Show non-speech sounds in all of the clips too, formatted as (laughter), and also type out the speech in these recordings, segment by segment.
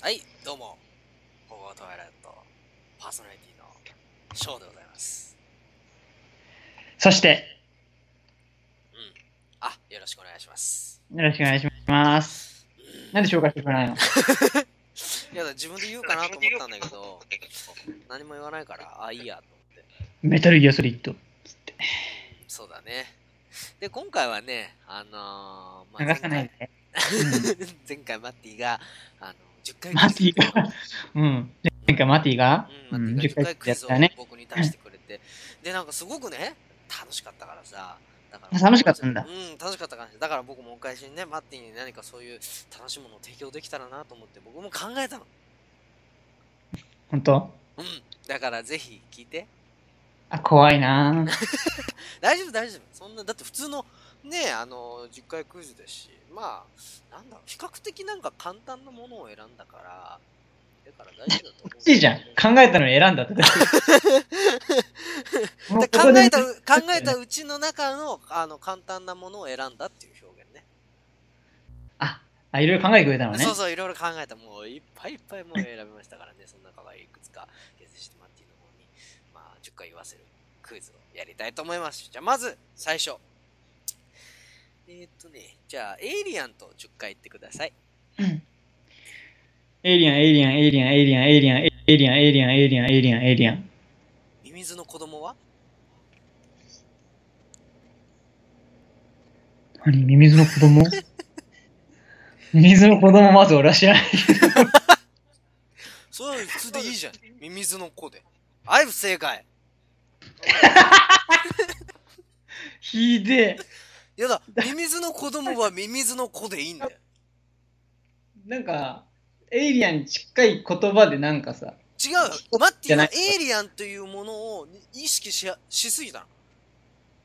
はい、どうも。ここはトワイライト、パーソナリティのショーでございます。そして、あ、よろしくお願いします。よろしくお願いします。なんで紹介してくれないのいや、自分で言うかなと思ったんだけど、何も言わないから、あ、いいやと思って。メタルギアソリッド。うんそうだね。で、今回はね、あのー、流さないで。前回 (laughs) 前回マッティが、あの、10回マティが、 (laughs) うん。前回マティが、う、うんん、マッティが10 10回回クやイっズをたね。僕に出してくれて、で、なんかすごくね、楽しかったからさ、だから楽しかったんだうん、楽しかったから、だから僕もお返しにね、マッティに何かそういう楽しいものを提供できたらなと思って、僕も考えたの。本当うん、だからぜひ聞いて。あ、怖いなぁ。大丈夫、大丈夫。そんな、だって普通の、ね、あの、10回クイズですし、まあ、なんだろう、比較的なんか簡単なものを選んだから、だから大丈夫だ (laughs) と思う。いいじゃん。考えたのに選んだって。 (laughs) もうだこ考こでえた、考えたうちの中の、あの、簡単なものを選んだっていう表現ね。あ、あいろいろ考えてくれたのねそう。そう、いろいろ考えた。もう、いっぱいいっぱいもう選びましたからね。その中からいくつか、厳選してマッティの方に、まあ、10回言わせるクイズをやりたいと思います。じゃあ、まず、最初。えー、っとね、じゃあ、エイリアンと10回言ってください。うんエイリアン、エイリアン、エイリアン、エイリアン、エイリアン、エイリアン、エイリアン、エイリアン、エイリアン、エイリアン。ミミズの子供は何ミミズの子供 (laughs) ミミズの子供まず俺は知らない。そういうの普通でいい (laughs) じゃん。ミミズの子で。あい、正解。ひでえ。やだ、ミミズの子供はミミズの子でいいんだよ。なんか、エイリアンに近い言葉でなんかさ、違うよ。マッテじィゃなはいエイリアンというものを意識しやしすぎた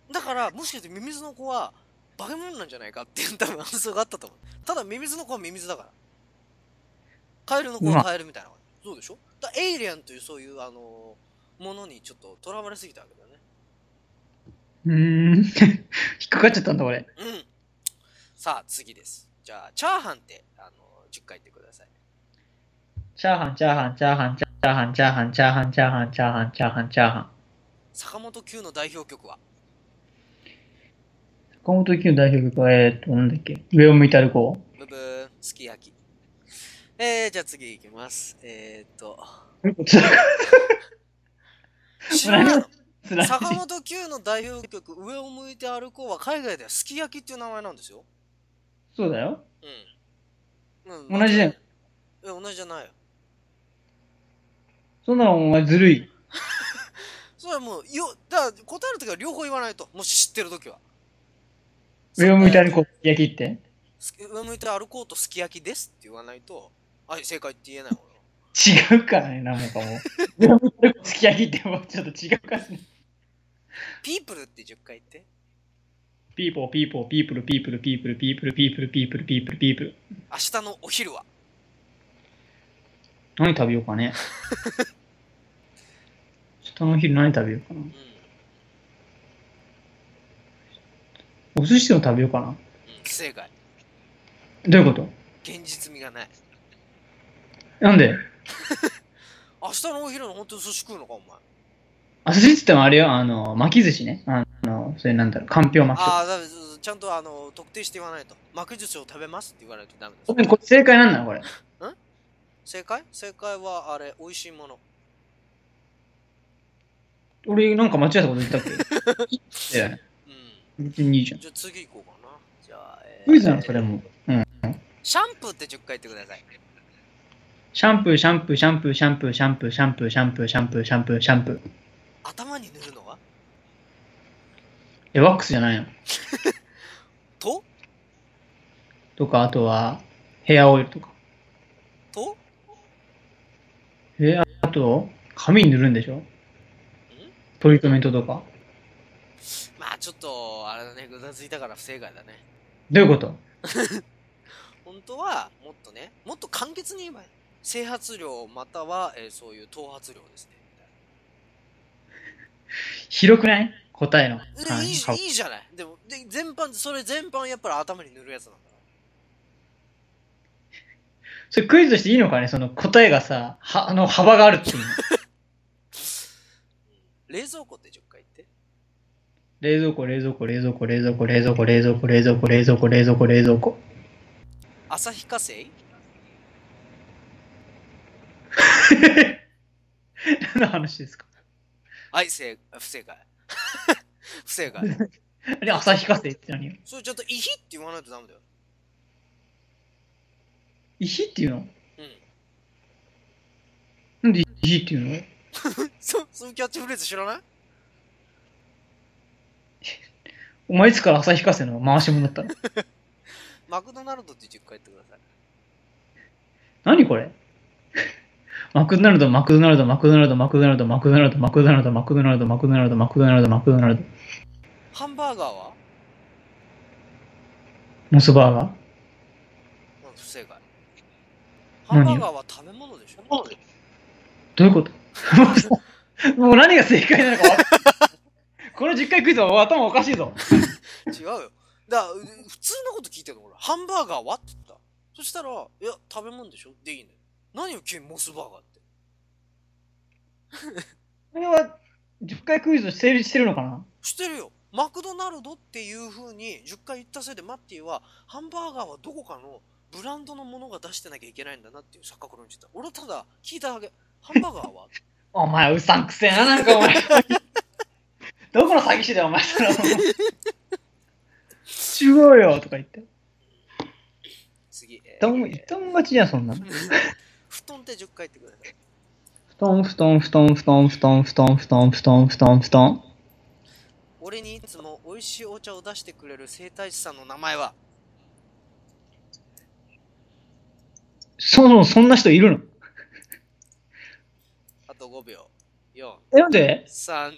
の。だから、もしかしてミミズの子は化け物なんじゃないかっていう多分発想があったと思う。ただ、ミミズの子はミミズだから。カエルの子はカエルみたいな感じ。そうでしょだエイリアンというそういう、あのーものにちょっと囚われすぎたわけだよね。うーん、 (laughs) 引っかかっちゃったんだ俺。うん。さあ、次です。じゃあ、チャーハンって、あのー10回言ってください。チャーハン、チャーハン、チャーハン、チャーハン、チャーハン、チャーハン、チャーハン、チャーハン、チャーハン、チャーハン。坂本九の代表曲は坂本九の代表曲は、えーっと、なんだっけ、上を向いて歩こブブーン、すき焼き。えー、じゃあ次いきます。えー、っと、う。 (laughs) つら知らないのつらい。坂本九の代表曲、上を向いて歩こうは海外ではすき焼きっていう名前なんですよ。そうだよ。うん。同じだよえ、同じじゃないよ。そんなのお前ずるい。それはもう、よ、だから答えるときは両方言わないと。もし知ってるときは。上を向いて歩う。こう。焼きって。す上向いて歩こうとすき焼きですって言わないと、はい、正解って言えない。俺は違うからね、なん (laughs) かもう。上を向いて歩こう。すき焼きってもうちょっと違うからね。ピープルって10回言って。ピーポー、ピーポー、ピープル、ピープル、ピープル、ピープル、ピープル、ピープル、ピープル、ピープル。明日のお昼は何食べようかね。 (laughs) 下の昼何食べようかなう。ん。お寿司でも食べようかな。うん、正解。どういうこと現実味がない。なんで明日のお昼の本当に寿司食うのか、お前。あ寿司って言ってもあれよ、あの、巻き寿司ね。あの、それなんだろう、かんぴょう巻きとか。ああ、だめですちゃんとあの特定して言わないと。巻き寿司を食べますって言わないとダメこです。れ正解なんだこれ。正解正解はあれ、美味しいもの。俺なんか間違えたこと言ったっけいや、うん。別にいいじゃん。じゃあ次行こうかな。じゃあ、えークイズなのそれも。うん。シャンプーって10回言ってください。シャンプー、シャンプー、シャンプー、シャンプー、シャンプー、シャンプー、シャンプー、シャンプー、シャンプー、シャンプー。頭に塗るのはえ、ワックスじゃないのととか、あとは、ヘアオイルとか。とえ、ああと、髪塗るんでしょトリートメントとか。まあちょっと、あれだね、ぐだついたから不正解だね。どういうこと本当は、もっとね、もっと簡潔に言えばいい。整髪量または、えーそういう頭髪量ですね。広くない答えのえ範いい囲。じ顔いいじゃない。でも、で全般、それ全般やっぱり頭に塗るやつなんだから。それクイズとしていいのかねその答えがさ、は、あの、幅がある (laughs) っていうの。冷蔵庫って10回言って。冷蔵庫、冷蔵庫、冷蔵庫、冷蔵庫、冷蔵庫、冷蔵庫、冷蔵庫、冷蔵庫、冷蔵庫、冷蔵庫。 (laughs) 旭化成何の話ですかはい、正不正解。 (laughs) 不正解。あれ、旭化成って何よそれちゃんと「いひ」って言わないとダメだよ。 (laughs) 石っていうのうん。なんで石っていうのそそういうキャッチフレーズ知らないお前いつから旭化成の回し者だったのマクドナルドって10回言ってください。何これ (laughs) マクドナルド、マクドナルド、マクドナルド、マクドナルド、マクドナルド、マクドナルド、マクドナルド、マクドナルド、マクドナルド、マクドナルド、ハンバーガーはモスバーガうー。ん不正解。ハン何バーガーは食べ物でしょどういうこと (laughs) もう何が正解なのか分かんないこの10回クイズは頭おかしいぞ。違うよ。だからう普通のこと聞いてるの俺。ハンバーガーはって言った。そしたら、いや、食べ物でしょでいいんだよ。何を急にモスバーガーって。これは10回クイズと成立してるのかなしてるよ。マクドナルドっていう風に10回言ったせいでマッティはハンバーガーはどこかのブランドのものが出してなきゃいけないんだなっていう錯覚を論じた。俺はただ聞いただけ。ハンバーガーは (laughs) お前うさんくせえな、なんかお前。どこの詐欺師だよ、お前。それは違うよとか言って。次。えー一旦一旦勝ちじゃん、そんなの。 (laughs) 布団って10回言ってください。布団、布団、布団、布団、布団、布団、布団、布団、布団、布団。俺にいつも美味しいお茶を出してくれる整体師さんの名前はそもそもそんな人いるのあと5秒。4、え、なんで3。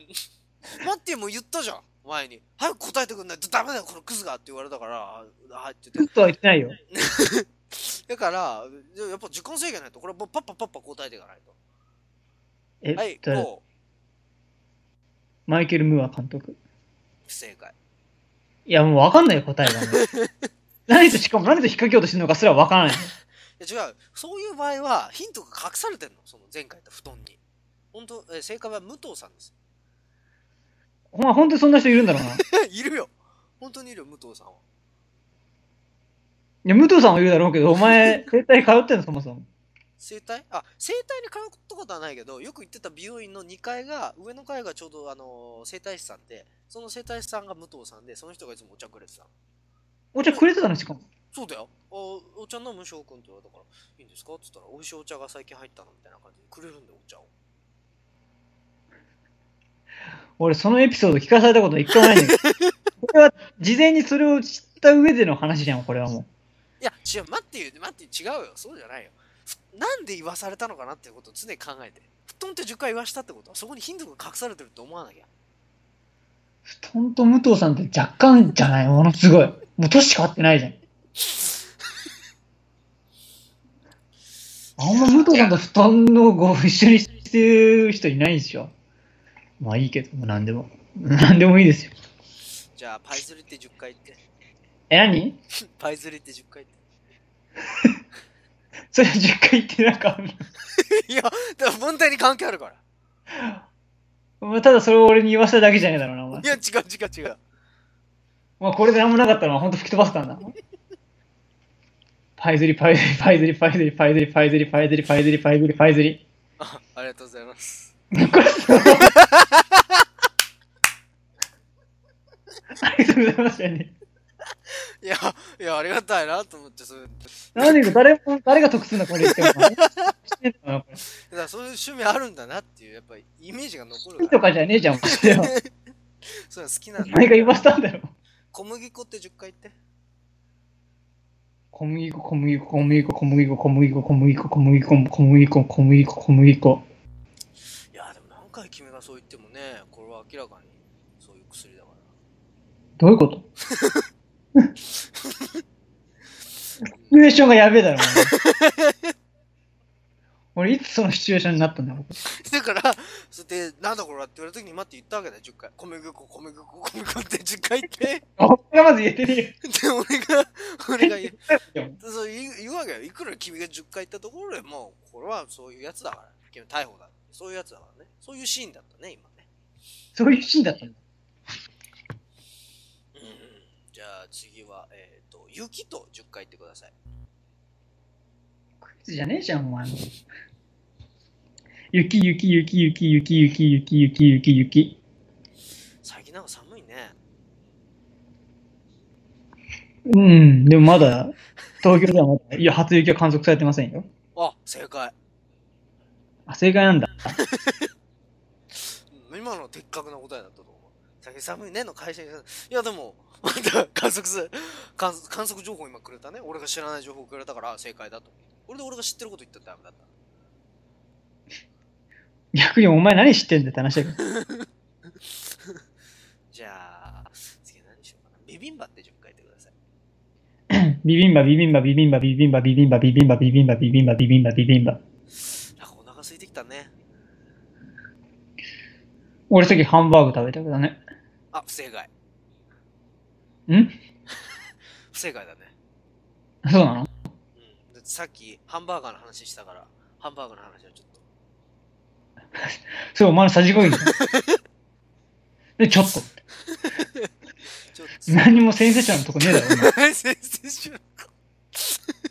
マッティも言ったじゃん。前に。早く答えてくんないとダメだよ、このクズがって言われたから、あはいって言ずっっとは言ってないよ。て。だから、じゃあやっぱ時間制限ないと、これはもうパッパパッパ答えていかないと。え、はい、誰5、マイケル・ムーア監督。不正解。いや、もう分かんないよ、答えがもう。何と、しかも何と引っ掛けようとしてるのかすら分からないい。や違う、そういう場合はヒントが隠されてんの、その前回言った布団に。本当、えー正解は武藤さんです。お前、本当にそんな人いるんだろうな。いいるよ。本当にいるよ、武藤さんは。や、武藤さんはいるだろうけど、お前、絶対通ってんの、そもそも。整体あ整体に通ったことはないけどよく行ってた美容院の2階が上の階がちょうどあのー整体師さんでその整体師さんが武藤さんでその人がいつもお茶くれてたのお茶くれてたの、しかも。そうだよおお茶飲む翔くんって言われたからいいんですかって言ったら美味しいお茶が最近入ったのみたいな感じでくれるんでお茶を俺、そのエピソード聞かされたことは一回もないんだけど。これは、事前にそれを知った上での話じゃん、これはもう。いや違う待ってよ待って違うよそうじゃないよふなんで言わされたのかなっていうことを常に考えて布団って10回言わしたってことはそこにヒントが隠されてるって思わなきゃ布団と武藤さんって若干じゃないものすごい。もう年変わってないじゃん。あんま武藤さんと布団のご一緒にしてる人いないでしょ。まあいいけど、もう何でも。何でもいいですよ。じゃあパイズリって10回言って (laughs) え、何パイズリって10回言ってそれ10回言ってなんかあんの、いやだから問題に関係あるからまあ、ただそれを俺に言わせただけじゃねえだろうな、お前い。や違う違う違うまあこれで何もなかったのは本当吹き飛ばせたんだ。パイズリ、パイズリ、パイズリ、パイズリ、パイズリ、パイズリ、パイズリ、パイズリ、パイズリ、パイズリ。あありがとうございます。これありがとうございましたね。いや、いや、ありがたいなと思って、そういう、何か誰も、誰が得するんだ、これ言っても。してんのかなこれだからそういう趣味あるんだなっていう、やっぱりイメージが残好るきかとら。かじゃねえじゃん、もうそれはそういうの好きなんだ。何か言わせたんだよ。小麦粉って10回言って。小麦粉、小麦粉、小麦粉、小麦粉、小麦粉、小麦粉、小麦粉、小麦粉、小麦粉、小麦粉。いや、でも何回君がそう言ってもね、これは明らかにそういう薬だから。どういうことシチュエーションがやべえだろ、もう俺、いつそのシチュエーションになったんだろう。だから、それで、なんだこれはって言われた時に待って言ったわけだよ、10回。小麦粉、小麦粉、小麦粉って10回言って。俺がまず言えてねえよで、俺が、俺が言う。。 (laughs) 言えよそう言う言わわけよ。いくら君が10回言ったところでもう、これはそういうやつだから。君は逮捕だ。そういうやつだからね。そういうシーンだったね、今ね。そういうシーンだったんだ。うんうん。じゃあ次は、えっ、と、雪と10回言ってください。クイズじゃねえじゃん、お前も。雪、雪、雪、雪、雪、雪、雪、雪、雪、雪。最近なんか寒いね。うん、でもまだ、東京ではまだ、いや、初雪は観測されてませんよ。あ、正解。あ、正解なんだ。うん今の的確な答えだったと思う。最近寒いねの会社に。いや、でも、 (laughs) また観測する観測、観測情報今くれたね。俺が知らない情報くれたから、あ正解だと思う。これで俺が知ってること言ったらダメだった。逆にお前何知ってんだって話だけど。じゃあ、次何にしようかな。ビビンバって10回言ってください。ビビンバ、ビビンバ、ビビンバ、ビビンバ、ビビンバ、ビビンバ、ビビンバ、ビビンバ、ビビンバ、ビビンバ。なんかお腹空いてきたね。俺さっきハンバーグ食べたけどね。あ、不正解。ん (laughs) 不正解だね。そうなのうん。だってさっきハンバーガーの話したから、ハンバーガーの話はちょっと。それお前のさじ加 (laughs) 減じゃんで、ちょっと。ちょっと。何も先生者のとこねえだろ、お前先生しようか。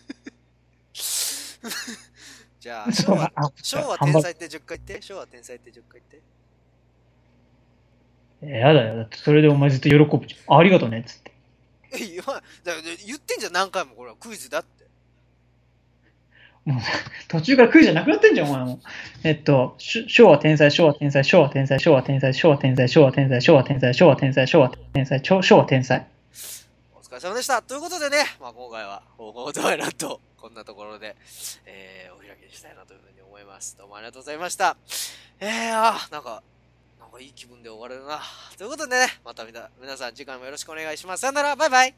(laughs) じゃあ、そう昭和あ昭和ハン天バーグ才って10回言って、昭和天才って10回言って。えーやだよ。だってそれでお前ずっと喜ぶじゃん。あありがとうね、つって。え、言わだから言ってんじゃん、何回もこれはクイズだって。もう途中からクイズじゃなくなってんじゃん、お前も。えっと、し昭和天才、昭和天才、昭和天才、昭和天才、昭和天才、昭和天才、昭和天才、昭和天才、昭和天才、昭昭和天才。お疲れ様でした。ということでね、まあ、今回は、方向トイラと、こんなところで、えー、お開きにしたいなというふうに思います。どうもありがとうございました。えー、あー、なんか、なんかいい気分で終われるな。ということでね、またみな皆さん次回もよろしくお願いします。さよなら、バイバイ